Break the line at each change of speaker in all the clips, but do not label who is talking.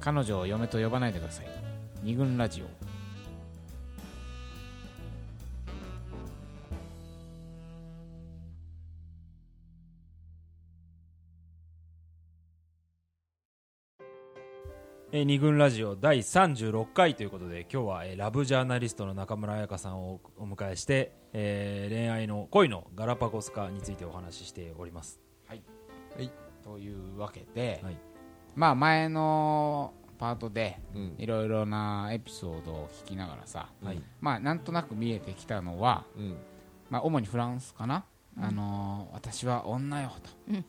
彼女を嫁と呼ばないでください二軍ラジオ
えー二軍ラジオ第36回ということで今日は、えーラブジャーナリストの中村彩香さんをおお迎えして、えー恋愛の恋のガラパゴス化についてお話ししております
というわけで、
はい
まあ前のパートで
うん
いろいろなエピソードを聞きながらさ、
はい
まあなんとなく見えてきたのは、
うん
まあ、主にフランスかな、あのー私は女よと、
うん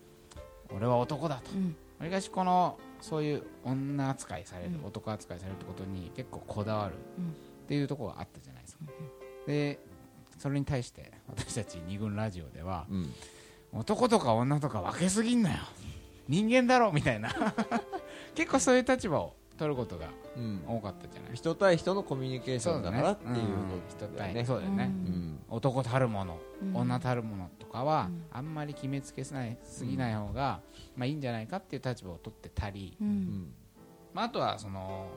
俺は男だと、
うん
わりかしこのそういう女扱いされる、男扱いされるってことに結構こだわる
うん
っていうところがあったじゃないですか、でそれに対して私たち二軍ラジオでは
うん
男とか女とか分けすぎんなよ人間だろみたいな 結構そういう立場を取ることが
うん
多かったじゃない
人対人のコミュニケーションだからっていうこと
人
だよ
対
ね
そうだよね、
うん
うん
男たるもの、
うん
女たるものとかは、あんまり決めつけすないすぎない方が、まあ、いいんじゃないかっていう立場を取ってたり、
う
うんん
まあ、あとはその、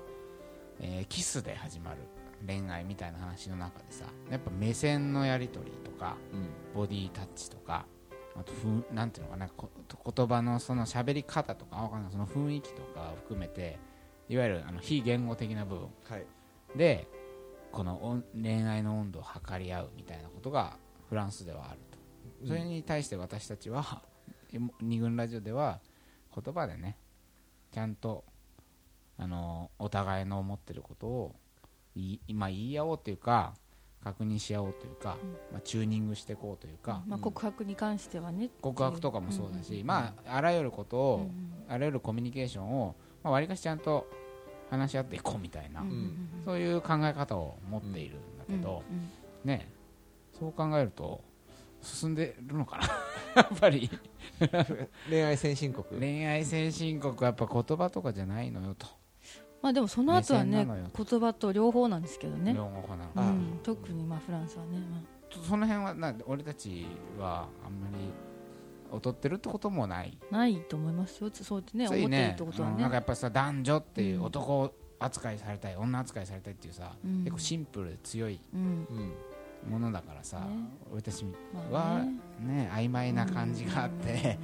えーキスで始まる恋愛みたいな話の中でさやっぱ目線のやり取りとか
うん
ボディタッチとかあとふんなんていうのかなこ言葉のその喋り方とかわかんないその雰囲気とかを含めていわゆるあの非言語的な部分
はい
でこの温恋愛の温度を測り合うみたいなことがフランスではあるとそれに対して私たちは、 二軍ラジオでは言葉でねちゃんとあのお互いの思ってることをい今言い合おうというか確認し合おうというか、まあ、チューニングしていこうというか、
まあ、告白に関してはね
告白とかもそうだし、まああらゆることを、あらゆるコミュニケーションをまあ、割かしちゃんと話し合っていこうみたいな、
ん
そういう考え方を持っているんだけど、
うん
ねそう考えると進んでるのかな やっぱり
恋愛先進国
恋愛先進国はやっぱ言葉とかじゃないのよと、
まあでもその後は
目
ね
線なのよ
言葉と両方なんですけどね
日、本語なの
う
か、
ん、特にまあフランスはね、まあ
ちょっとその辺はな俺たちはあんまり劣ってるってこともない
ないと思いますよそうやってね
つ
思
い
ってるってことは
うんなんか
ね
やっぱさ男女っていううん男扱いされたい、女扱いされたいっていうさ、
うん
結構シンプルで強い
うん
うん
ものだからさ、
ね
俺たち
まあ
は
ね
ね曖昧な感じがあって、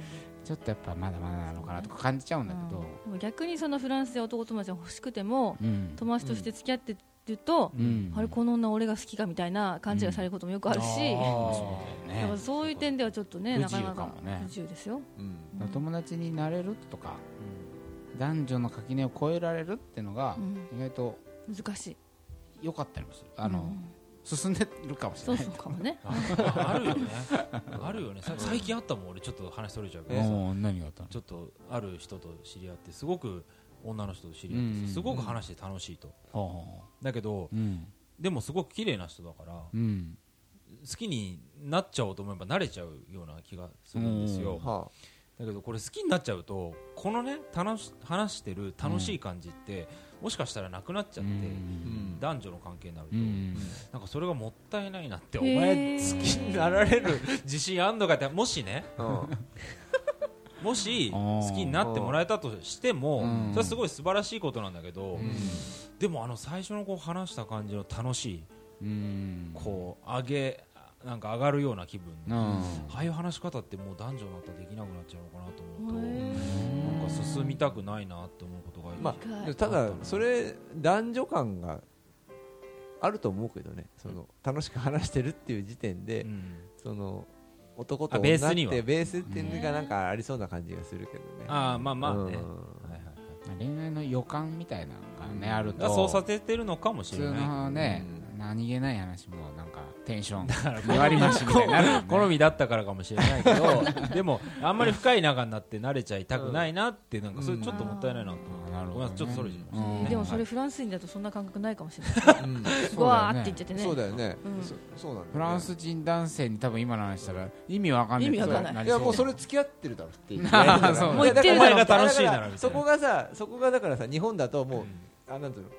ちょっとやっぱまだまだなのかなとか感じちゃう
うん
んだけど、
でも逆にそのフランスで男友達が欲しくても
うん
友達として付き合ってると、
うん
あれこの女俺が好きかみたいな勘違いされることもよくあるし、
そうだ
だ
よ
か
ね
らそういう点ではちょっとね
不
な
自
か
由
な
か
か
もね
不自由ですよ、
うん
うん
友達になれるとか、男女の垣根を越えられるってのが
うん
意外と
難しい
良かったりもするあの、
うん
進んでるかもし
そ
れない
うそうかもね
あるよねあるよねさ最近あったもん俺ちょっと話それちゃうけどさ
おー何があったの
ちょっとある人と知り合ってすごく女の人と知り合って
うん
すごく話して楽しいと
ほ
だけど
ううん
でもすごく綺麗な人だから
うん
好きになっちゃおうと思えば慣れちゃうような気がするんですよ
は
だけどこれ好きになっちゃうとこのね楽し話してる楽しい感じってもしかしたらなくなっちゃ
う
って
あうんん
男女の関係になる
う
と
ん
なんかそれがもったいないなってお
へ
前
ー
好きになられる自信あんのかってもしね
うん
もし
あー
好きになってもらえたとしても
うん
それはすごい素晴らしいことなんだけど
うん
でもあの最初のこう話した感じの楽しい
うん
こう上げなんか上がるような気分
うん
ああいう話し方ってもう男女になったらできなくなっちゃうのかなと思うと
へ
なんか進みたくないなって思うことが
ま
深い
あでもただそれ男女間があると思うけどねその楽しく話してるっていう時点で
うん
その男と
あベ
女
ー
っ
ス
て
には
ベースっていうのがなんかありそうな感じがするけどね
ああまあまあね、
う
は
ん
いはいはい
恋愛の予感みたいなのがねある
だから
と
そうさせてるのかも
普
しれ
通
ない
のね
う
何気ない話もなんかテンション2割増しみたいになるよね
好みだったからかもしれないけどでもあんまり深い仲になって慣れちゃいたくないなってなんかそれちょっともったいないなと思
あーなる
って、
ほどね
ごめんなさいちょっとそれじゃ
うん
でもそれフランス人だとそんな感覚ないかもしれない
うん
そうだよね
わーって言っちゃってね
そうだよね
うん
そそうなんだよね
フランス人男性に多分今の話したら意味わかんない
意味わかんない
り
いやもうそれ付き合ってるだろっていうや
そう
もう言ってるだろ
いやだから
お前が楽しいなら
だから
みたい
そ
な
こがさそこがだからさ日本だともう、あなんていうの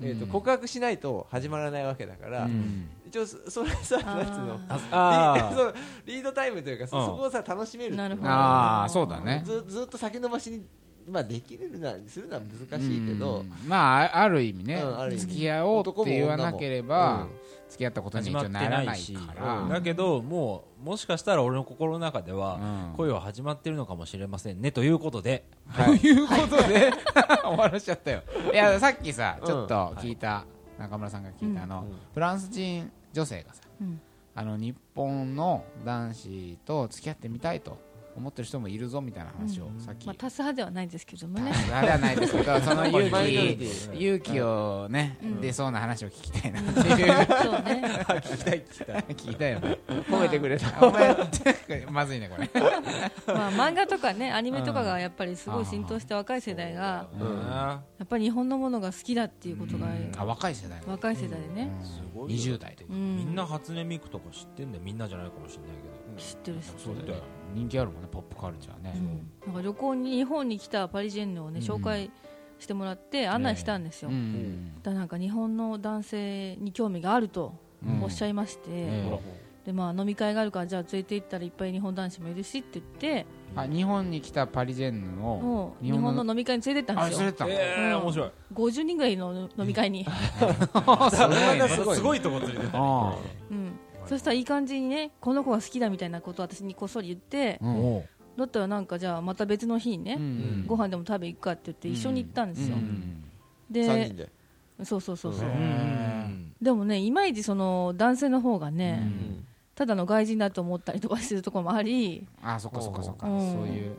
えーと
うん
告白しないと始まらないわけだから、
うん
一応そそれさ
あー
なんつうの
あ
リ
あ
そうリードタイムというかそ
うん
そこをさ楽しめるっていうの
なるほど
ああそうだね
ずずっと先延ばしにまあできるなするのは難しいけど、
うんまああある意味ね、
うんある意味
付き合おうって言わなければ、
うん
付き合ったことに
始
一
まっ
応
て
なら
な
ないい
し
から、
うん
だけどもうもしかしたら俺の心の中では
うん
恋は始まってるのかもしれませんねということで
ということで、 終わらしちゃったよいやさっきさちょっと聞いた、中村さんが聞いたあの、
うん
フランス人女性がさ
うん
あの日本の男子と付き合ってみたいと思ってる人もいるぞみたいな話をさっき、
まあ多数派ではないんですけどもね
あれはないですけどその勇
マイノリテ
気
ィ
勇気をね、
うん
出そうな話を聞きたいなっていう
そうね
聞きたい聞きたい
聞いたよね
褒めてく
れたお前まずいねこれ
まあ漫画とかねアニメとかがやっぱりすごい浸透して若い世代がやっぱり日本のものが好きだっていうことが
あ若い世代
若い世代でね
すごい
20
よ
代とか
うん
みんな初音ミクとか知ってんだよみんなじゃないかもしれないけど
知ってるし
そうだよね人気あるもんねポップカルチャーね
うんなんか旅行に日本に来たパリジェンヌをね
うん
紹介してもらって案内したんですよ、
うん
だからなんか日本の男性に興味があると
うん
おっしゃいまして、
ええ
でまあ、飲み会があるからじゃあ連れて行ったらいっぱい日本男子もいるしって言って
あ日本に来たパリジェンヌを
もう日本の飲み会に連れてったん
あ
で
そ
す
れ
よ
た
ええ面白い
50人ぐらいの飲み会に、
すごいすごいとこ連れてった
あ
うん、そしたらいい感じにねこの子が好きだみたいなことを私にこっそり言って
あうん
おう
だったらなんかじゃあまた別の日にね、
うん
ご飯でも食べ行くかって言って一緒に行ったんですよ、
う
3
で
人で、
そうそうそうそう、
う
うん
ん
でもねいまいちその男性の方がね、
う
うんん
ただの外人だと思ったりとかしてるところもあり
あそっかそっかそっか
う
そうんいう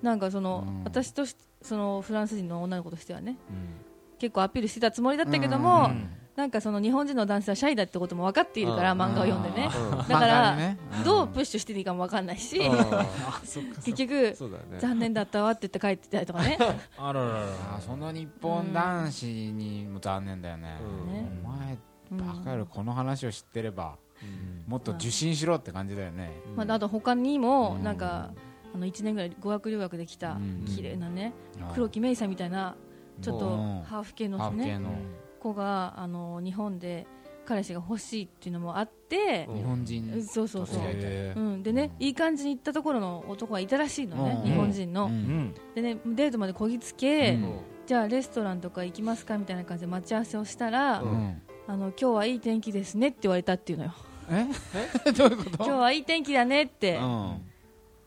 なんかその、
うん
私としそのフランス人の女の子としてはね
うん
結構アピールしてたつもりだったけども、
うん
なんかその日本人の男性はシャイだってことも分かっているから、
うん
漫画を読んでね、
う
だから、
漫画ねん
どうプッシュしていいかも分かんないし、 結局
そうだよね
残念だったわって言って帰ってきたりと かね
あらららら
あその日本男子にも残念だよね
うん
ね
お前
うん
バカるこの話を知ってればもっと受信しろって感じだよね
まあ、あと他にも
うん
なんか、あの1年ぐらい語学留学できた
うん
綺麗なね、黒木メイさんみたいなちょっと
うん
ハーフ系
ハ
の
ーフ系
ね
の
子があの日本で彼氏が欲しいっていうのもあって、
日本人
うんそうそうそう
と、付き合いたい
うん、でねいい感じに行ったところの男がいたらしいのね、
うん
日本人の、
う
うんん
でねデートまでこぎつけ、
うん
じゃあレストランとか行きますかみたいな感じで待ち合わせをしたら、
うん
あの今日はいい天気ですねって言われたっていうのよ
え どういうこ
今
と
日はいい天気だねって、
うん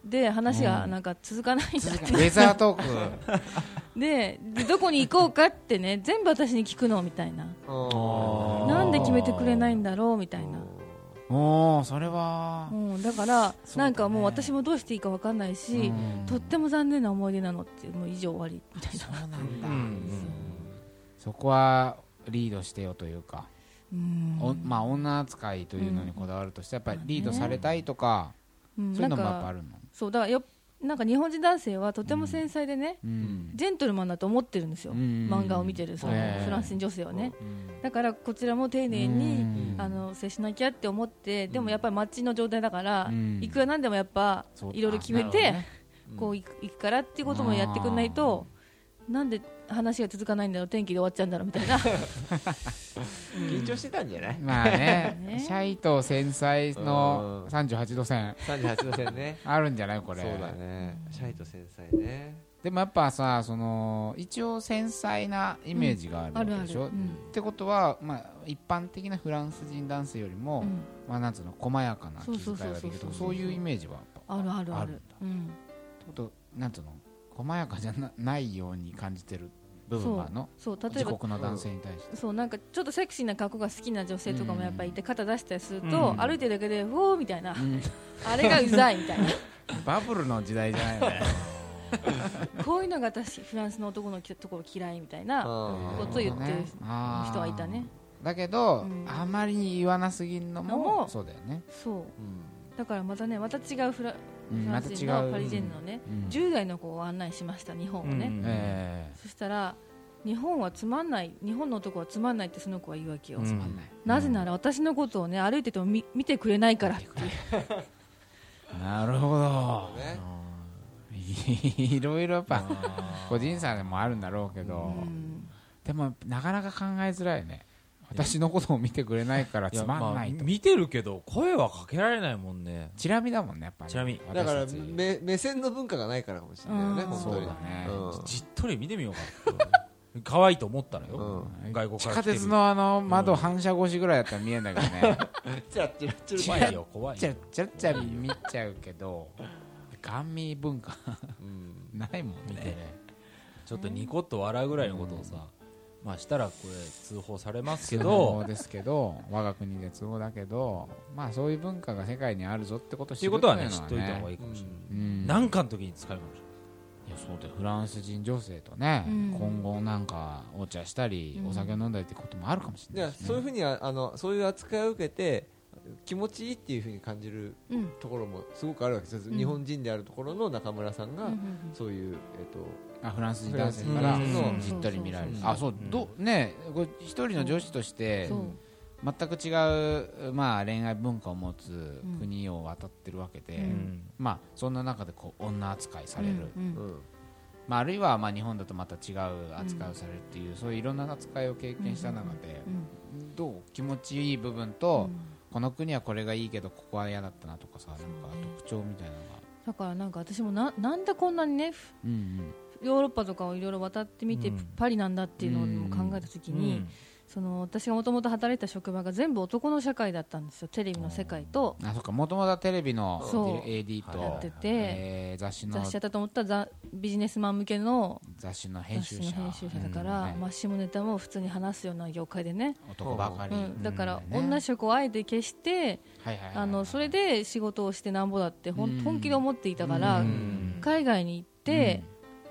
で話が
うん
なんか続かないんだ
続
っ
か
て、
ないウェザートーク
ででどこに行こうかってね全部私に聞くのみたいな
あー
なんで決めてくれないんだろうみたいな、
おおそれは
うん、だから
そうだね
なんかもう私もどうしていいか分かんないし、
うん
とっても残念な思い出なのってもう以上終わりみたいな。
そこはリードしてよと いうか
うん
おまあ女扱いというのにこだわるとしてやっぱりリードされたいとか
うん
そういう
な
の
ん
もやっぱあ
か
るの
そうだからよなんか日本人男性はとても繊細でね、
うん
ジェントルマンだと思ってるんですよ、
うん
漫画を見てるその
ええ
フランス人女性はね、
うん
だからこちらも丁寧に、
うん
あの接しなきゃって思ってでもやっぱりマッチの状態だから、
うん
いくらなんでもやっぱ
そう
いろいろ決め
あなるほど
て、
ね
こう行く行くからっていうこともやってくれないとなんで話が続かないんだろう天気で終わっちゃうんだろうみたいな
緊張してたんじゃない
まあね
ね
シャイと繊細の
うん
38度線
38度線ね
あるんじゃないこ
そう
れ
だねシャイと繊細ね
でもやっぱさその一応繊細なイメージがあるわけでしょ、
うんあるあるうん
ってことは、まあ、一般的なフランス人男性よりも、
うん
まあ、なんつうの細やかな気遣いができると
そうそうそう
か
そうそう
そういうイメージはやっぱ
あるあるあ
あ
る
る
うん、
ってことなんつうの細やかじゃなないように感じてる部分があるの
そう例え
自
ば
国の男性に対して、
そうなんかちょっとセクシーな格好が好きな女性とかもやっぱりいて肩出したりすると、
うん
歩いてるだけで「うおー」みたいな、
ん
あれがうざいみたいな
バブルの時代じゃないよね
こういうのが私フランスの男のところ嫌いみたい
あ
な
ー
こと言ってる
人
人はいたね
だけど、
うん
あまりに言わなすぎんのも
のも
そうだよね、
そう
うん
だからまたねまた違うフラ
うん
フラ
ま
ン
た
ス
違
人の
う
パリジェンヌのね、
うん
10代の子を案内しました日本をね、
うん
え
そしたら日本はつまんない日本の男はつまんないってその子は言うわけよ、
うん
えわかんない
なぜなら私のことをね歩いてても見見てくれないからっていう
なるほど
ね
いろいろやっぱ個人差でもあるんだろうけど、
うん
でもなかなか考えづらいね私のことを見てくれないからつまんない
やま
と
あ見てるけど声はかけられないもんね
チラ見だもんねやっぱり
チラ見
だから
私たち
目目線の文化がないからかもしれないよね
うん
本
そ
当
う
に
だね
うん
じっとり見てみようかな 可愛いと思ったらよ、
うん
外国
地
から
下
来てる
鉄のあの窓反射越しぐらいだったら見えんだけどね
チラッチラッチラ
怖いよ怖い
ちゃ
よ
っちゃっちゃ見ちゃうけどガン見文化
うん
ないもん
見て
ね
ねちょっとニコッと笑うぐらいのことをさ、まあしたらこれ通報されますけ
通
ど
報ですけど我が国で都合だけどまあそういう文化が世界にあるぞってことを
っ
知
て
る
いうことはね知っといた
うの
方
は
が
ね
いいかもしれない、
うん
なんかの時に使えるかもし
いやそうだよフランス人女性とね、
うん
今後なんかお茶したり、
うん
お酒飲んだりってこともあるかもしれ
じゃ
な
あ
いしね
そういうふうにああのそういう扱いを受けて気持ちいいっていうふうに感じる
うん
ところもすごくあるわけですよ、
うん
日本人であるところの中村さん
うん
が、
うん
そういう、えっと
あフランス人男性から
フランス人
そう
うん
じっとり見られる
そうそうそう
あそう、
うん
どねこれ一人の女子として
そう
全く違う、まあ、恋愛文化を持つ
うん
国を渡ってるわけで、
う
れない、
ん
まあ、そんな中でこう女扱いされる、
うん
う
うん
ん
まあ、あるいはまあ日本だとまた違う扱いをされるっていう、そういういろんな扱いを経験した中で、どう気持ちいい部分
う
と、
ん
この国はこれがいいけどここは嫌だったなとかさなんか特徴みたいなのが、
だからなんか私もななんでこんなにねふ
うんうん、
ヨーロッパとかをいろいろ渡ってみて
うん
パリなんだっていうのをも考えた時
うん
にその私がもともと働いてた職場が全部男の社会だったんですよテレビの世界と
あそっかもともとはテレビの
そう
AD と、
や
やってて
えー雑誌の
雑誌やったと思ったらザビジネスマン向けの
雑誌の編
雑
集
誌
者
の編集者だか
うん
ら
ね
まあ下ネタも普通に話すような業界でね
男ばかり、
うんだから
うん
女職をあえて消して
はいはいはいはい
あのそれで仕事をしてなんぼだってほ
うん
ん本気で思っていたか
う
ら
ん
海外に行って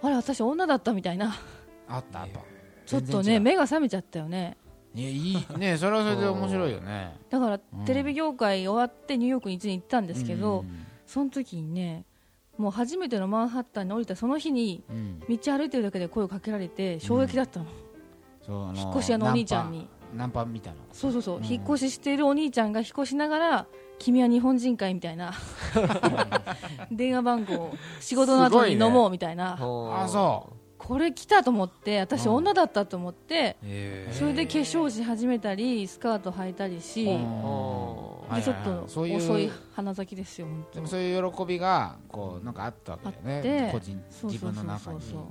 あれ私女だったみたいな
あったあった
ちょっ
全然
と
違
ね
う
目が覚めちゃったよね
いやいいねそれはそれで面白いよね
だから
うん
テレビ業界終わってニューヨークに一年行ったんですけど、その時にねもう初めてのマンハッタンに降りたその日に
うんうん
道歩いてるだけで声をかけられて衝撃だったの、
そうあの
引っ越し屋のお兄ちゃんに
ナンパナンパみたいな
そうそうそう、
うん
引っ越ししているお兄ちゃんが引っ越しながら君は日本人かいみたい な電話番号仕事の後に飲もうみたいな、
ほー
あそ
これ来たと思って私
うん
女だったと思って、
え
それで化粧し始めたりスカート履いたりし、
うん
ほー
はい
でちょ
はい
っ
はい
と
そういう
遅い花咲きですよ、本
で
当
もそういう喜びがこうなんかあったわけだよ
あ
ね
って
個人
そう
自
そう
分
そ
の中
う
に
そう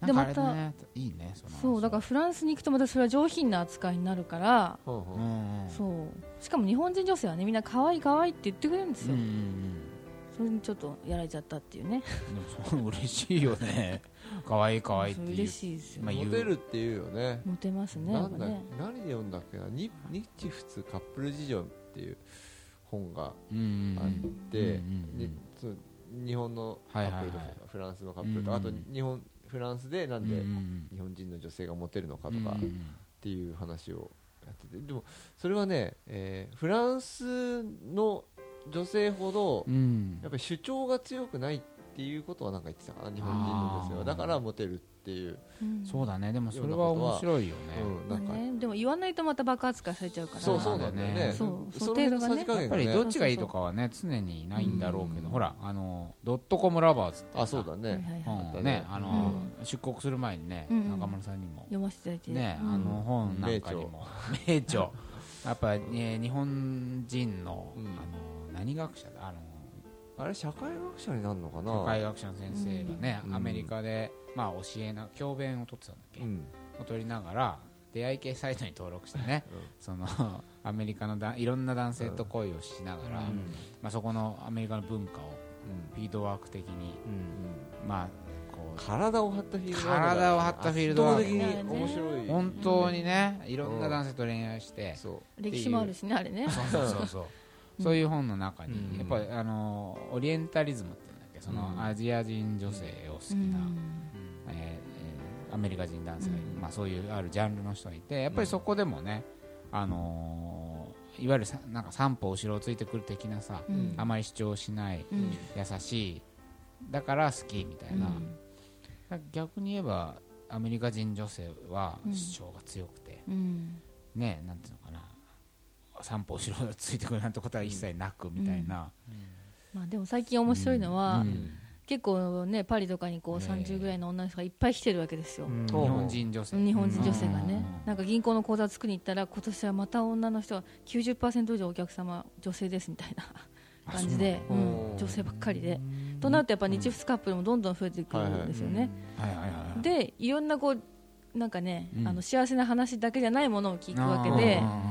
なんかあれ
でまた
ねいいねその話
そうだからフランスに行くとまたそれは上品な扱いになるから、
ほうほう
うんうん
そうしかも日本人女性はねみんな可愛い可愛いって言ってくれるんです
うんう
よ、
んうん
それにちょっとやられちゃったっていうね
でも そう嬉しいよね可愛い可愛いっ
そ
てい
れ
う
嬉しいですよ、
まあ言う
モテるっていうよね
モテますねや
な
っぱ
んだ
ね
何で読んだっけな「に日仏カップル事情」っていう本が
うんうん
あって、
うんうんうん
にそう日本のカップルと
は
か、
いはいは
フランスのカップルと
うん
か、
うん
あと日本フランスでなん
うん
で
うん
日本人の女性がモテるのか
う
と
ん
かっていう話をやっててでもそれはね、えーフランスの女性ほど
うん
やっぱり主張が強くないっていうことはなんか言ってたかな日本人の女性
あー
はだからモテるっていう、
うん
そうだねでもそれは面白いよね
うん、
ま
な
あ
んか、
ねでも言わないとまた爆発化されちゃうから
そう
そ
そうう
な
なんん
だ
だ
よ
よ
ね
ね
そう
その辺のさじ加
やっ
減
ぱ
がね
りどっちがいいとかはね常にないんだろうけどほらあのドットコムラバーズってさ
あそうだ
はいはい
ね、
はい
本を
うん
ねあの出国する前にね
うん
中村さんにも
読ませていただいて
ね
うん
あの本なんかにも名 著やっぱね日本人のあ
うん
の何学者だあの
あれ社会学者になるのかな
社会学者の先生がね
うん
アメリカでまあ教えな教鞭を取ってたんだっけ
うん
を取りながら出会い系サイトに登録してね、
うん
そのアメリカのだいろんな男性と恋をしながら、まあ、そこのアメリカの文化を
うん
フィードワーク的に、まあ、こう
体を張ったフィールドワーク
体を張ったフィールドワーク
圧倒的に面白い、
本当にねいろんな男性と恋愛して、
そ
歴史もあるしねあれね
そうそう そうそうそういう本の中に、
うん
やっぱりあのオリエンタリズムって言うんだっけその、
うん
アジア人女性を好き
う
な、
ん
えーえーアメリカ人男性がいる、
うん
まあ、そういうあるジャンルの人がいてやっぱりそこでもね、あのーいわゆるさなんか三歩後ろをついてくる的なさ、
うん
あまり主張しない
うん
優しいだから好きみたいな、逆に言えばアメリカ人女性は
うん
主張が強くて、
うん
ねなんていうのかな三歩後ろをついてくるなんてことは一切なくみたいな、
まあでも最近面白いのは
うん
う、
結構ねパリとかにこう
ねえ
30ぐらいの女の人がいっぱい来てるわけですよ、
うん
日本人女性
日本人女性が
う
ね
ん
なんか銀行の口座作りに行ったら今年はまた女の人が90%以上お客様女性ですみたいな
あ
感じで、
そううなんだ
ん
おー
女性ばっかりでとなるとやっぱ日仏カップルもどんどん増えてくるんですよね、
はいはいはい
でいろんなこうなんかね、
うん
あの幸せな話だけじゃないものを聞くわけでだ
あ
か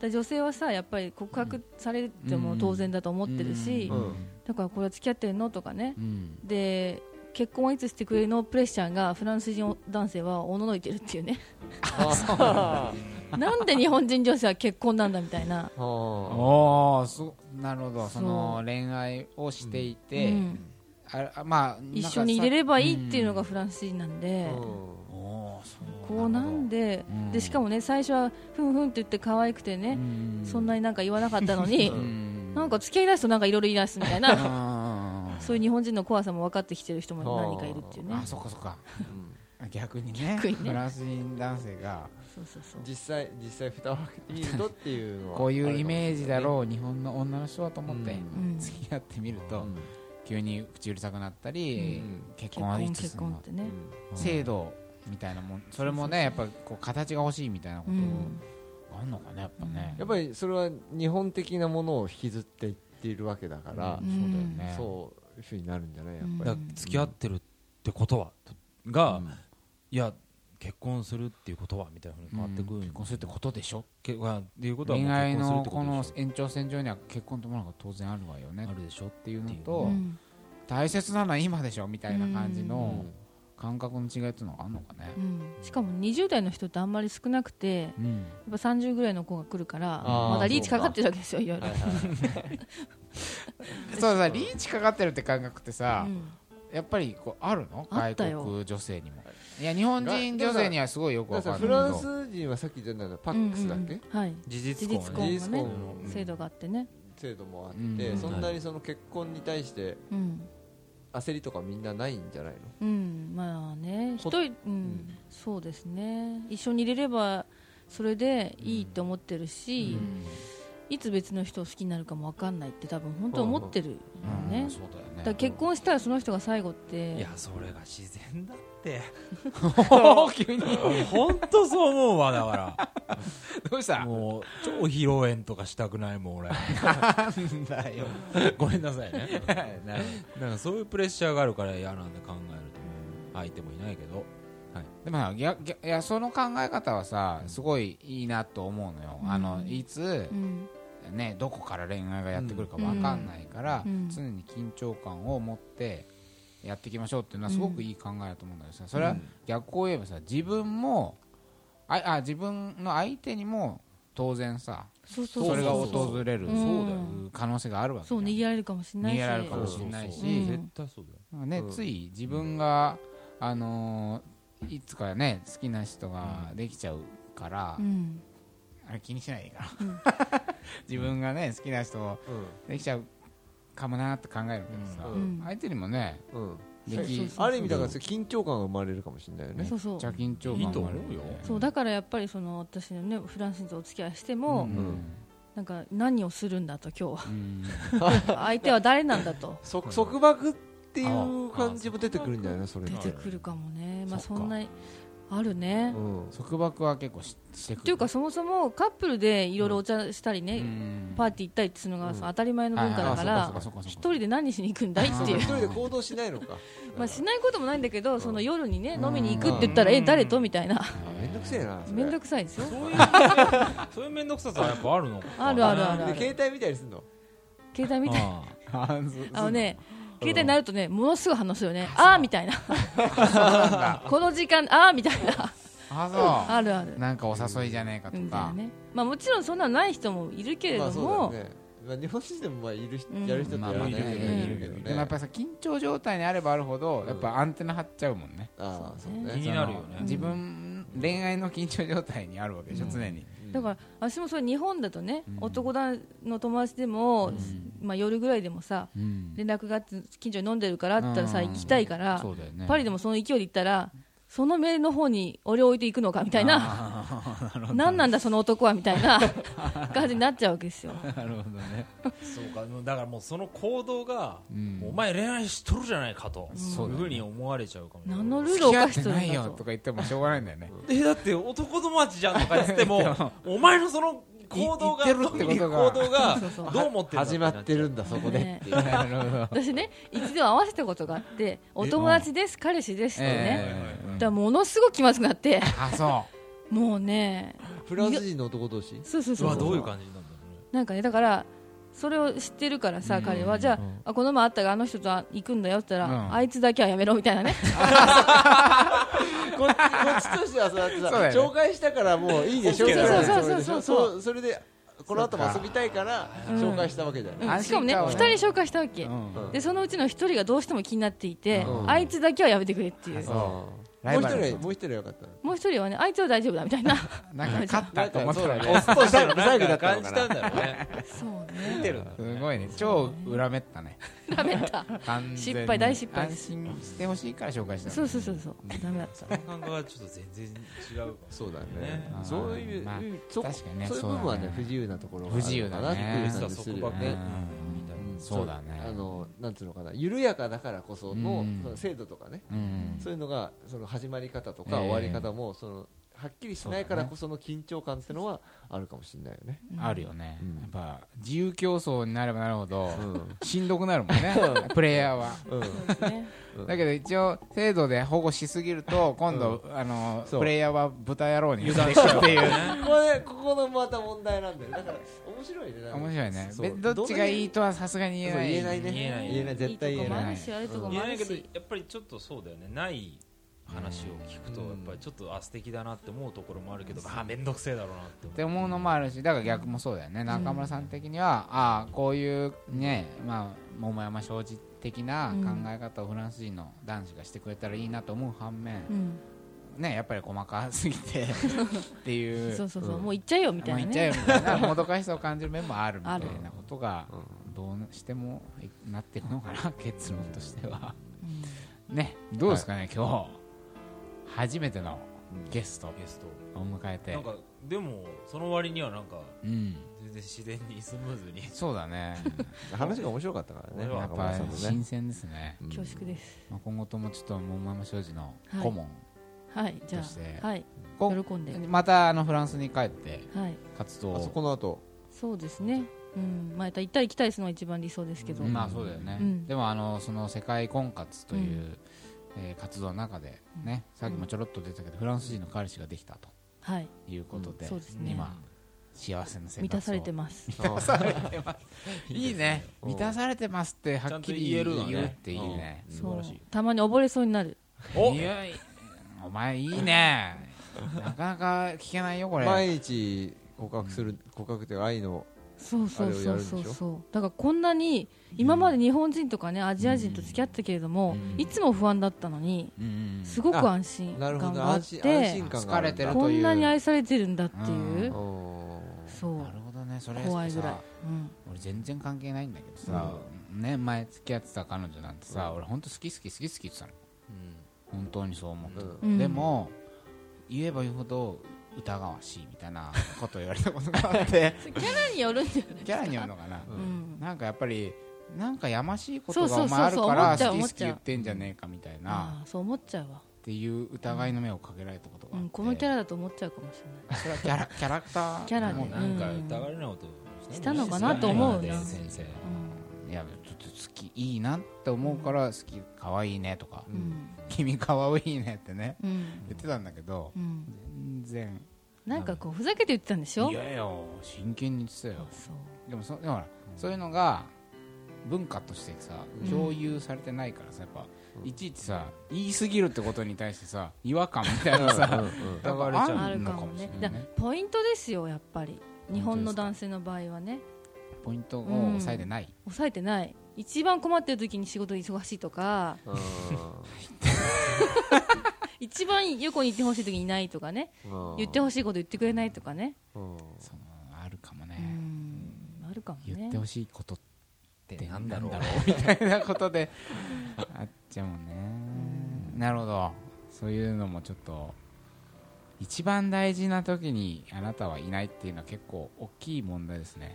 ー
ら女性はさやっぱり告白されても当然だと思ってるし、
うん
だからこれは付き合ってるのとかね、
うん
で結婚はいつしてくれるのプレッシャーがフランス人男性はおののいてるっていう ね
あ
なんで日本人女性は結婚なんだみたいな
ーあ
ああそうなるほど
そ
そうの恋愛をしていて、
うん
ああまあなんか
一
さ
緒に入れればいいっていうのがフランス人なんで、
ー
うんおーそう
こうなんで,、
うん
でしかもね最初はふんふんって言って可愛くてね、そんな
に
になんか言わなかったのに、
ん
なんか付き合いだすとなんかいろいろ言い出すみたいな
あー
そういう日本人の怖さも分かってきてる人も何人かいるっていうね
あそっかそっか
うん
逆にね
逆にね
フランス人男性が
そうそうそう
実際実際蓋を開けてみるとっていうのは
こういうイメージだ
う
ろう日本の女の人はと思って
うん
付き合ってみる
う
と
ん
急に口うるさくなったり
うん
結
結
婚は
婚
いつ
結
する
婚っ
の
てね、
制度みたいなもんそれもねやっぱこう形が欲しいみたいなこ
う
と
ん、
あんのかねやっぱね
やっぱりそれは日本的なものを引きずっていっているわけだから
うん、
そう
そういうふうになるんじゃないやっ
だ
ぱ
から付き合ってるってことはが、
うん
いや結婚するっていうことはみたいなふうに変わってくる、
結婚するってことでしょ
結婚っていうことはも
恋
う結
愛
婚するっ
の
て
こ
こと
の
でし
延長線上には結婚ってものが当然あるわよね
ょあるでしょ
っていうの
う
と
うん
大切なのは今でしょみたいな感じ
う
の
ん
感覚の違いっていうのがあるのかね
うんしかも20代の人ってあんまり少なくてやっ
うん
ぱ30ぐらいの子が来るから
あー
まだリーチかかってるわけですよいろいろ、
そうさリーチかかってるって感覚ってさ
うん
やっぱりこうあるの
あっ
外
たよ
国女性にもいや日本人女性にはすごいよく
だ
わ
から
か
さ
る
フ
け
ラン
ど
ス人はさっきじゃないのパックスだっけ、
うんうんはい
事実
事
婚
実
ね
婚
事
が
実
ね
婚の
制度があってね、
制度もあって、
うん
そんなにその結婚に対して
うん
焦りとかみんなないんじゃないの
うん、まあね一
ほ
人、うんそうですね一緒に入れればそれでいいと思ってるし、いつ別の人を好きになるかも分かんないって多分本当思ってるよ
うん
ね、
うん
だ
そうだよね
から結婚したらその人が最後っ
い
て
やそれが自然だって
急に
本当そう思うわだか
どうし
ら
た
もう超披露宴とかしたくないもん俺
なんだよ
ごめんなさいね
なるほど
なんかそういうプレッシャーがあるから嫌なんで考えると相手もいないけど
でもさ逆逆いやその考え方はさすごいいいなと思うのよ、
うん
あのいつ
う、ん
ね、どこから恋愛がやってくるか分かんないから、
うん
常に緊張感を持ってやっていきましょうっていうのはすごくいい考えだと思うんだけどさそれは逆を言えばさ自分もああ自分の相手にも当然さ
そうそう
それが
そうそう
訪れる
そうだよ
可能性があるわけじ
そ
ゃ
うん逃げられるかもしれないし
逃げられるかもしれないしうん
絶対そうだよ
なんかね
うん
つい自分が、あのーいつかね好きな人ができちゃうから、
うん
あれ気にしないでいいから 自分がね好きな人をできちゃうかもなって考えるけどさ、
う
うんん
相手にもね
うん、うん
でき
そう
めっ
そう
ある意味だからそれ緊張感が生まれるかもしれないよね
そうそう
ちゃ緊張感もある
いいと思うよ
そうだからやっぱりその私のねフランス人とお付き合いしても、
うん
なんか何をするんだと今日
うん
は相手は誰なんだと
束束縛っていう感じも出てくるんじゃないのそれ
出
に
てくるかもねまあ
そ
そ
っか
んなあるね、
うん
束縛は結構ししてくる
っていうかそもそもカップルでいろいろお茶したりね、
うん
パーティー行ったりするのが
うん
その当たり前の文化だか
あ
ら
そうかそうかそうかそうか
一人で何しに行くんだいってい
あ
う
ー
一人で行動しないのか
まあしないこともないんだけどその夜にね
うん
飲みに行くって言ったら
うん
え誰とみたいな
あめんどくせえなそ れ
面倒くさいですよ
そう いうそういう面倒くささはやっぱあるのか
あるあるあるあ
で
る
携帯見たりすんの
携帯みたい
あ
あそう
あのね携帯になるとねものすごい反応するよねああみたいなこの時間ああみたいな
あそう
あるある
なんかお誘いじゃねえかと
みたい
か、
なねまあもちろんそんなのない人もいるけれ
ま
ど
あそう
も
だよねまあ日本人でもまあいる人
うん
やる人と
ま
や
あ
ら
ま
な
あ
い
ね
人
い
い
る
る
け
け
どね
どね
でもやっぱさ緊張状態にあればあるほどやっぱアンテナ張っちゃうもんね
ああそう
ー
ね
気になるよ
その
ね
自分恋愛の緊張状態にあるわけでしょ常に
だから私もそれ日本だとね
うん
男だの友達でも
ん
まあ夜ぐらいでもさ連絡があって近所に飲んでるからって言ったらさ
うん
行きたいから
そうだよね
パリでもその勢いで行ったらその目の方に俺を置いていくのかみたいな
あーなるほど
何なんだその男はみたいな 感じになっちゃうわけですよ
なるほどね、
そうかだからもうその行動が、
うん
お前恋愛しとるじゃないかと、
そうだね
いうふうに思われちゃうかも
何のルー
付
ルを
き合
犯
っ
して
て
るん
ない
だ
よ
と
とか言ってもしょうがないんだよね
えだって男友達じゃんとか言ってもお前のその行動が
い言ってるってことが
行動が
そうそうそう
どう思ってるんだ
始まってるんだそこで
ね
っていう
なるほど
私ね一度会わせたことがあってお友達です彼氏ですってね、
ええ
だからものすごく気まずくなって
あそ
もうね
フランス人の男同士
そうそう
う
そう
わ
そう
どういう感じなんだろ
なんかねだからそれを知ってるからさ、彼はじゃあ,、
うん
あこの前会ったがあの人と行くんだよって言ったら、
うん
あいつだけはやめろみたいなね
こっちこっちとしてはさだってさ
そうだよね
紹介したからもういいでしょ
そう
そう
みたいな
そうそう
そ
そう
れでしょそれでこの後も遊びたいから
うん
紹介したわけじゃ
う
ない
んしかもね
安
2
心感はね
人紹介したわけ、
う、うん、
でそのうちの1人がどうしても気になっていて、
うん
あいつだけはやめてくれっていう、
あそう
ああ
ライ
もう
バ
一
ル
人はもう一人はよかった
もう1人はねあいつは大丈夫だみたいな
なんか勝ったと思ったら
なん
ね
かそうだねおっさん
う
ブ
ね
サイク
なん
だっ
か
たの
感じ
かな
たんだろうね
そうね
てるんだ
すごいね超裏目ったね
ダメだ
完全に
失敗大失敗
安心してほしいから紹介した
そうそうそうそうダメだった
感覚がちょっと全然違うかも
そうだね
ね
そういう、
まあ
そ
確かにね
そういう部分は
そうだ
ね
ね
不自由なところがあ
不自由
るの
だ
か
ね
なっていう
実
感
は
じす
束
る
縛
よ
ね、
ね
うんみたい
うん
な
そうだね
あのなんつうのかな緩やかだからこその,、
うん
その制度とかね、
うん
そういうのがその始まり方と
ええ
か終わり方もそのはっきりしないからこその緊張感ってのはあるかもしれないよね。
あるよね、
うん
やっぱ自由競争になればなるほど、
うん
しんどくなるもん ねプレイヤーは
うん
ね
だけど一応制度で保護しすぎると今度、あの
そう
プレイヤーは豚野郎にしていくっていう
これここのまた問題なんだよだから面白いねなんか
面白いね
そう
べどっちがいいとはさすがに言え
そう
ない
言えないね
言えない
言えない絶対言
い
え
いとこも
な
あ
い
るし悪いとこ
言
も
え
あ
ない
る
けどや
し
っぱりちょっとそうだよねない話を聞くと
うん
やっぱりちょっとあ素敵だなって思うところもあるけどあ面倒くせえだろうなって
っ
思
て思うのもあるしだから逆もそうだよね中村さん的には、ああこういうねまあ桃山商事的な考え方をフランス人の男子がしてくれたらいいなと思う反面、
うん
ねやっぱり細かすぎてっていう
そうそうそう、
うん
もう行っちゃえよみた
まあ言
いな
っちゃえ
ね
よみたいなもどかしさを感じる面もあるみたい
ある
なことが
うん
どうしてもなっていくのかな結論としては
うん
ねどうですかね、今日初めてのゲスト
うゲスト
を迎えて
なんかでもその割にはなんか
うん
全然自然にスムーズに
そうだね
話が面白かったからね
俺 は
や
中
っ
村
ぱ
さんのね
新鮮ですね、
うん
恐縮です
まあ、今後ともちょっと桃山商事の顧問、
はいじゃ
そして
あはい
こ
喜んで
またあのフランスに帰って
はい
活動
あそ
を
こ の後
そうですねうんまあ行ったり来たりするのが一番理想ですけど、
まあそうだよね、
うん
でもあのその世界婚活という、
うん
えー活動の中でね、さっきもちょろっと出たけど、フランス人の彼氏ができたと
はい
いうことで,、
うんそうですね
今幸せな生活を
満たされてます
満たされてますいいね
うん
満たされてますってはっきり言える
ちゃんと言えるのね
っていいね、
うん
そう
素晴らしい
たまに溺れそうになる
お
いやいお前いいねなかなか聞けないよこれ
毎日告白する告白というか愛の
そうそうそうそ
あれをやるん
う
でし
そうだからこんなに今まで日本人とかねアジア人と付き合ったけれども、
うん
いつも不安だったのに
うんうん
すごく安心
なるほ
感
ど
があっ
安
て
心安心感がある
疲れ
んだ
てると
こ
いうん
なに愛されてるんだっていう、
う
うん
そう
なるほどねそれ
怖いぐらい
さ、
うん、
俺全然関係ないんだけどさ、ね前付き合ってた彼女なんてさ、俺ほんと好き好き好き好きって言ってたの本当にそう思って、
うん
うん
でも言えば言うほど疑わしいみたいなこと言われたことがあって
キャラによるんじゃない
キャラによるのかな、
う
うんん
なんかやっぱりなんかやましいことが
そうそう
お
そう
前あるから
そう
好き
思
好
っ
き
ちゃう
言ってんじゃねえかみたいな
ああそう思っちゃうわ、
っていう疑いの目をかけられたことが
う
あって、
ん、このキャラだと思っちゃうかもしれ
それはキャラキャラクター
キャラで
も
も
う
う
な
なんか
うん
疑われないこと
したのかなと思うな
先生
いやちょっと好きいいなって思うから好き可愛いねとか、
ないうん
君可愛いねってね
うん、
言ってたんだけど
うんうん、
全然
なんかこうふざけて言ってたんでしょ
いやいや真剣に言ってたよ
そう
でもそでもほらそういうのが文化としてさ
うん
共有されてないからさやっぱいちいちさ言い過ぎるってことに対してさ違和感みたいなさ
う
疑われち
あ
ゃう
るか
の
も
かもし
ね
れ
じ
な
ゃ
いね
ポイントですよやっぱり日本の
本当ですか
男性の場合はね
ポイントを抑えてない
抑えてない一番困ってる時に仕事忙しいとか
んうん
一番横にいてほしい時にいないとかね
うん
言ってほしいこと言ってくれないとかね
うん
そのあるかも
う
ね
んあるかも
言っ
ね
てほしいことって
な
なんん
だ
だ
ろ
ろ
う
うみたいなことであっちゃうもんねなるほどそういうのもちょっと一番大事な時にあなたはいないっていうのは結構大きい問題ですね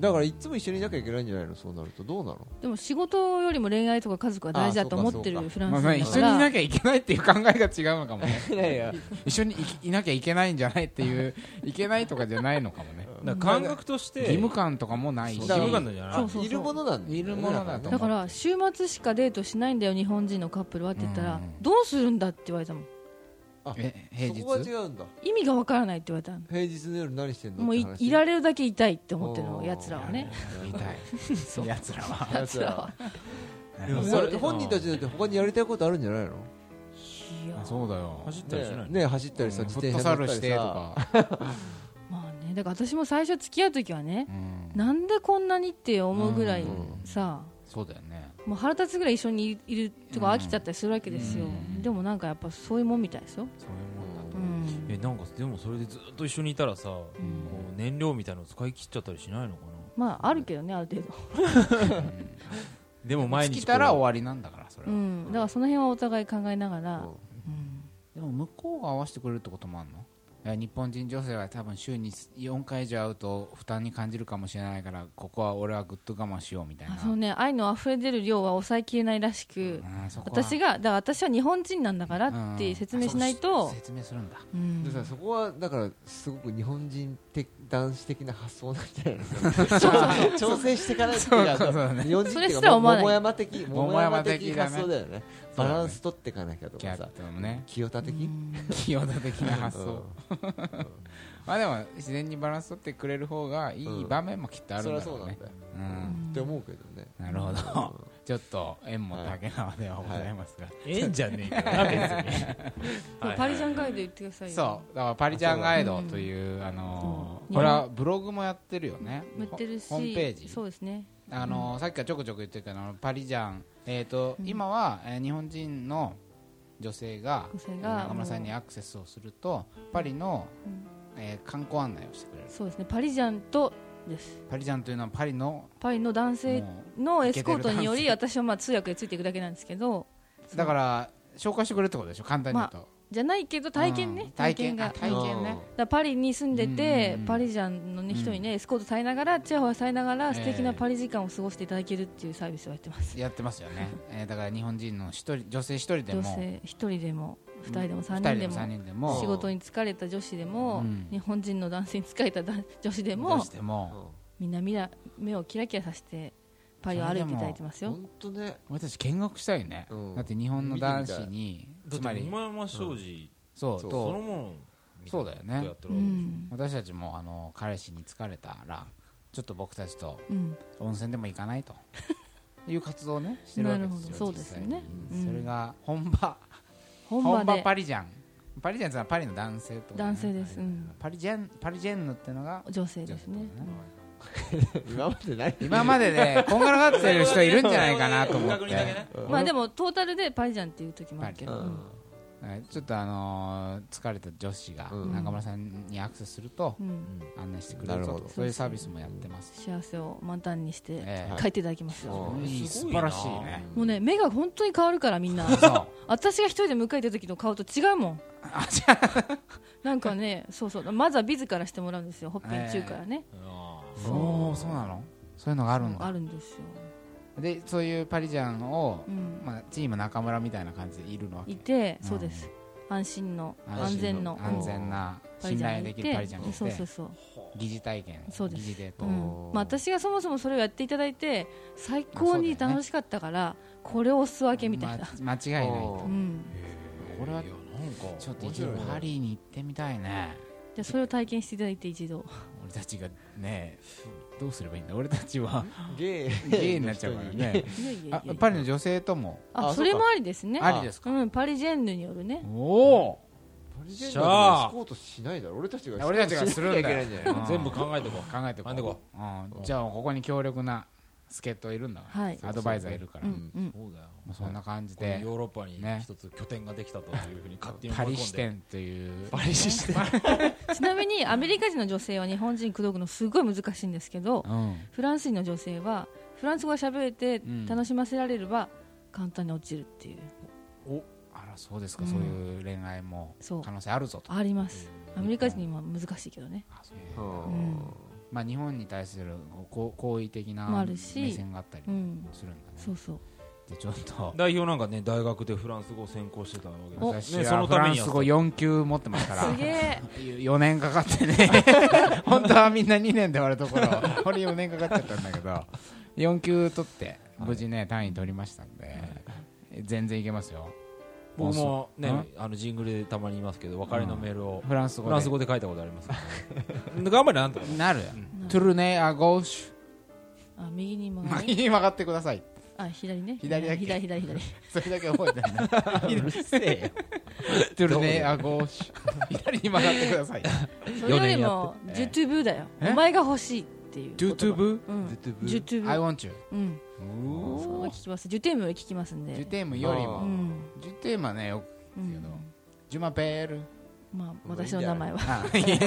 だからいつも一緒にいなきゃいけないんじゃないのそうなるとどうなの
でも仕事よりも恋愛とか家族が大事だと思って
あそう
る
か
フラン
まあ
ス
まあ
人
一緒
だか
にい
ら、
なきゃいけないっていう考えが違うのかもね
いやいや
一緒にいいなきゃいけないんじゃないっていういけないとかじゃないのかもね
だから感覚として
義務感とかもないし
義
義務感なんじゃない
そうそう
いるものなんだよね
いるものだと
だから週末しかデートしないんだよ日本人のカップルはって言ったら、
うん
どうするんだって言われたもん
え
そ
平日
こが違うんだ
意味がわからないって言われたの
平日の夜何してんの
もういいられるだけ痛いって思ってるのやつらはね
みたいやつらは
や
奴らは
でもそれ本人たちだって他にやりたいことあるんじゃないの
いや
あそうだよ
走ったりし
ね
ないの
ね走ったりさ、
うん
自
フ
転
ットサ
車乗っ
ル
たり
してと
さ
か
まあねだから私も最初付き合う時はね、
うん
なんでこんなにって思うぐらい
うん
さ、
そうだよね
もう腹立つぐらい一緒にいるとか飽きちゃったりするわけですよ、
うん
でもなんかやっぱそういうもんみたいですよ、
そういうもんだと
う
思うん
えなんかでもそれでずっと一緒にいたらさ、こ
ん
う燃料みたいなの使い切っちゃったりしないのかな
まああるけどねある程度、
でも毎
尽
日
きたら終
わ
わりなんだからそれ
う
は、
ん、だからその辺はお互い考えながら、
うん
うん
でも向こうが合わせてくれるってこともあるのいや日本人女性は多分週に4回以上会うと負担に感じるかもしれないからここは俺はぐっと我慢しようみたいな
あそのね愛の溢れ出る量は抑えきれないらしく、
うんそこは
私がだから私は日本人なんだから
うん
って説明しない
あ
と
そう、説明するんだ
うん
でさそこはだからすごく日本人的男子的な発想なんじゃないの 調整していかないといけない
そうそうね
日本人って
それ
いう
すら
か
思わない
桃山的桃山的
桃山的だね
発想だよねバランス取っていかなきゃと
ギャ
か
ッ
さ
プもね
清田的
うん
清田的な発
うん
想まあでも自然にバランス取ってくれる方がいい場面もきっとある
そ
ん
りゃ
だ
そ
ろ
う
う
なん
ね
だよ
うん
って思うけどね
なるほどちょっと縁も竹縄ではございますが、
ええんじゃねえ かな 別にはい
パリジャンガイド言ってくださいよ
そうだからパリジャンガイドという、あのー
うん
これはブログもやってるよね
やってるし
ホホームページ
そうですね
あのーさっきからちょくちょく言ってるけどあのパリジャン、えーと
うん
今は、えー日本人の女性が
女性が
中村さんにアクセスをするとパリの、
うん
えー観光案内をしてくれる
そうですねパリジャンとです
パリジャンというのはパリの
パリの男性
も
のエスコートによ
イケて
り
る
私はまあ通訳でついていくだけなんですけど
うだから紹介してくれるってことでしょ簡単に言うと、
じゃないけど体験ね、
うん体験
が
あ体験ね
だからパリに住んでて、
うん
パリジャンの、ね、人にね、エスコートされながらチヤホヤされながら、素敵なパリ時間を過ごしていただけるっていうサービスをやってます
やってますよね、えーだから日本人の一人女性一人で
女
も
性一人でも二人でも三
二人
人で
で
も
も三人で
も
も
仕事に疲れた女子でも、
うん
日本人の男性に疲れた男女子で
どう
も
しても
みんなみら目をキラキラさせてパリを歩いていただいてますよ
本当ね
俺たち見学したいね、
うん
だって日本の男子に
だ
つ
っ
ま
て
り
桃山庄司
そう
そ
そ
う
と
のもん
そうだよね
やって
う
るわけでしょ
ん、
私たちもあの彼氏に疲れたらちょっと僕たちと
うん、
温泉でも行か ないという活動をねしてるわけですよ
なるほどそうですよね
実際に
う
そ
ん
れが本場
本
本
場
場
で
パリジャンパリジャンってのはパリの男性ってことね
男性です、うん、
パリジャンパリジェンヌってのが
女性ですね
今までない
今までねこんがらがってる人いるんじゃないかなと思って
確認だけね
まあでもトータルでパリジャンっていう時もあるけ
う
ど、
ん
はいちょっとあのー疲れた女子が
うん
中村さんにアクセスすると
うんうん
案内してくれる
なる
ぞ
ほ
と
ど
そういうサービスもやってます
幸せを満タンにして
え
帰っていただきますよ、
は
えいい
す
素
ごいな
晴らしいね
もうね目が本当に変わるか らみんな
そう
私が一人で迎えた時の顔と違うもんなんかねそうそうまずはビズからしてもらうんですよホッピン中からね、
あ
おおそうなのそういうのがあるん
あ
だ
るんですよ、
でそういうパリジャンを
う、ん
まあ、チーム中村みたいな感じでいるのはい
て
うん
そうです安心の
安
安全
心
の
安全な
パ
信
リジャ
頼
ンがい
で
て
きるパリジャンがい
そう
て
そうそう、
疑似体験
そうです
疑似デー
う
ト
んまあ、私がそもそもそれをやっていただいて最高に楽しかったから、これをおすわけみたいな、
ま間違いないと
おー
うん、
これは
やなんか
ちょっと一度
面白いね
パリに行ってみたいね
じゃあそれを体験していただいて一度
俺たちがねどうすればいいんだ俺たちは
ゲー
ゲイになっちゃうからね
いやいやいや
あ
いや
パリの女性とも
あ
あ
それもありですね
ありですか
うん、パリジェンヌによるね
おお
パリジェンヌはエスコートしないだろ俺たちが
俺たちがするんだよ
しなきゃいけないんじゃないの
うん
全部考えてこ
考えてこ
考えてこ
ううんじゃあここに強力な助っ人いるんだから
はい
アドバイザーいるから
う
も
んうん
うそうだよ
うそんな感じ
この
で
ヨーロッパに
ね
一つ拠点ができたというふうに勝手に
パ
思い
リ
込
支
んで
店という
パリ支店
ちなみにアメリカ人の女性は日本人口説くのすごい難しいんですけど
うん
フランス人の女性はフランス語が喋れて
うん
楽しませられれば簡単に落ちるっていう、
あらそうですか、
うん
そういう恋愛も
そう
可能性あるぞと
ありますアメリカ人今難しいけどね
あそう
うん
うん
まあ、日本に対するこう好意的な
もあ
目
るし
線があったり
うん
するんだね、
そうそう
でちょっと
代表なんかね大学でフランス語を専攻してたわけです
私
ねそ
は
の
フ
た
ラ
め
ン
に
ス語4級持ってますから
すげ え
4年かかってね 本当はみんな2年で終わるところこれ4年かかっちゃったんだけど4級取って無事ね単位取りましたんで、全然いけますよ
僕も
う
ね
ん
あのジングルでたまに言いますけど別れのメールを
フランス語
フ
で
ランス語で書いたことありますけど頑張れなんとか
なる、
ん
トゥルネアゴーシ
あ右に
ュ
曲が
右
り
に曲がってください
あ左ね
左だっけ
左左 左
それだけ覚えてるね
うるせえよ
トゥルネアゴーシュ左に曲がってください
それより
四年
も
やっ
「
て
ジュトゥブー」だよ
え
お前が欲しいっていう
トゥトゥ
ー
ブ
うん
トゥブ
ジュトゥブ
I
ー
want you
うんそう聞きますジュテームより聞きますん
ジュ
で
テームより
う
あ
も
ん
ジュテームはねよく
う
聞くけど
ん
ジュマペール
まあ私の名前は
あいえ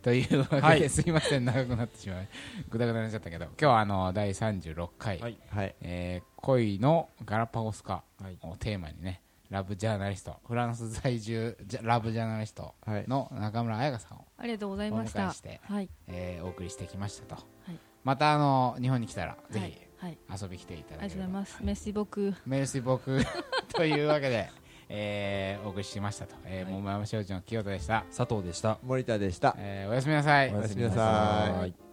というわけで、
はい
すいません長くなってしまいぐだぐだになっちゃったけど今日はあの第36回、
はい
はい
えー恋のガラパゴス化
はい
をテーマにねラブジャーナリストフランス在住ジャラブジャーナリスト
はい
の中村彩香さんを、
ありがとうございまし
お迎
た
えして
はい
えーお送りしてきましたと、
い
またあの日本に来たらぜ
はい
ひ
はい
遊び来ていた
あ
だ
りが
けれ
とうござい
ば
ますメッシ僕
メルシー僕 というわけで、えーお送りしましたと、えー
はい
桃山少女の清田でした、
佐藤でした
森田でした
えーおやすみなさい
おやすみなさい
はい